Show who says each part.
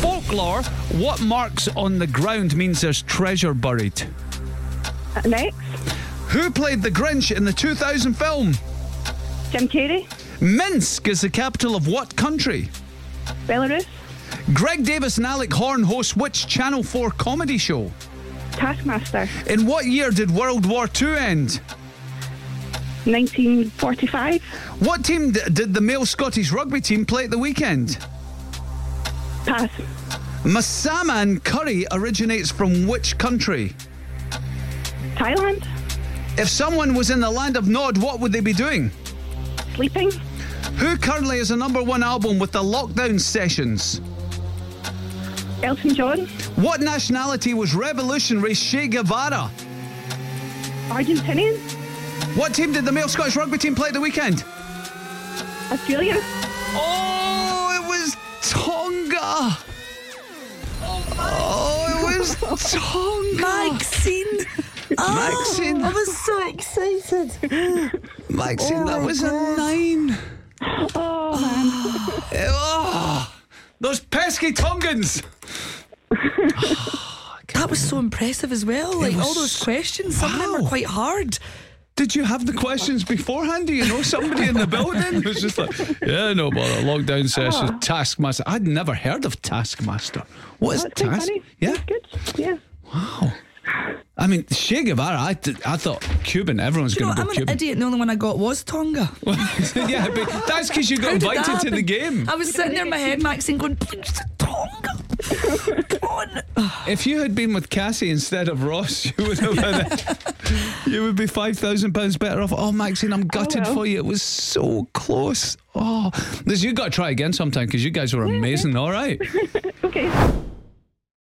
Speaker 1: folklore, what marks on the ground means there's treasure buried?
Speaker 2: Next,
Speaker 1: Who played the Grinch in the 2000 film?
Speaker 2: Jim Carrey,
Speaker 1: Minsk is the capital of what country?
Speaker 2: Belarus,
Speaker 1: Greg Davis and Alec Horn host which Channel 4 comedy show?
Speaker 2: Taskmaster,
Speaker 1: In what year did World War II end?
Speaker 2: 1945,
Speaker 1: What team d- did the male Scottish rugby team play at the weekend?
Speaker 2: pass,
Speaker 1: Masama and curry originates from which country?
Speaker 2: Thailand,
Speaker 1: If someone was in the land of Nod, what would they be doing?
Speaker 2: sleeping,
Speaker 1: Who currently is a number one album with the lockdown sessions?
Speaker 2: Elton John,
Speaker 1: What nationality was revolutionary Che Guevara?
Speaker 2: Argentinian,
Speaker 1: What team did the male Scottish rugby team play at the weekend?
Speaker 2: Australia.
Speaker 1: Oh, it was Tonga. Oh, it was Tonga.
Speaker 3: Maxine. Oh,
Speaker 1: Maxine.
Speaker 3: I was so excited.
Speaker 1: Maxine, that
Speaker 3: my
Speaker 1: was a
Speaker 3: God.
Speaker 1: nine.
Speaker 2: Oh man,
Speaker 1: Oh, those pesky Tongans.
Speaker 3: That was so impressive as well. Like all
Speaker 1: was
Speaker 3: those questions, some of them
Speaker 1: wow.
Speaker 3: were quite hard.
Speaker 1: Did you have the questions beforehand? Do you know somebody in the building who's just like, yeah, no bother, lockdown session,
Speaker 3: Oh.
Speaker 1: Taskmaster. I'd never heard of Taskmaster. What is
Speaker 2: that's quite
Speaker 1: Task?
Speaker 2: funny.
Speaker 1: Yeah.
Speaker 2: That's good. Yeah.
Speaker 1: I mean, Che Guevara, I, th- I thought Cuban, everyone's
Speaker 3: You
Speaker 1: going
Speaker 3: know,
Speaker 1: to
Speaker 3: I'm
Speaker 1: go
Speaker 3: an
Speaker 1: Cuban.
Speaker 3: idiot. The only one I got was Tonga.
Speaker 1: yeah, but that's because you got
Speaker 3: How did that
Speaker 1: invited to the
Speaker 3: happen? Uh,
Speaker 1: game.
Speaker 3: I was sitting there in my head, Maxine, going, please, Tonga. Come on.
Speaker 1: If you had been with Cassie instead of Ross, you would have had it. You would be five thousand pounds better off. Oh, Maxine, I'm gutted
Speaker 2: well.
Speaker 1: for you. It was so close. Oh, Liz, you got to try again sometime because you guys were amazing. All right.
Speaker 2: Okay.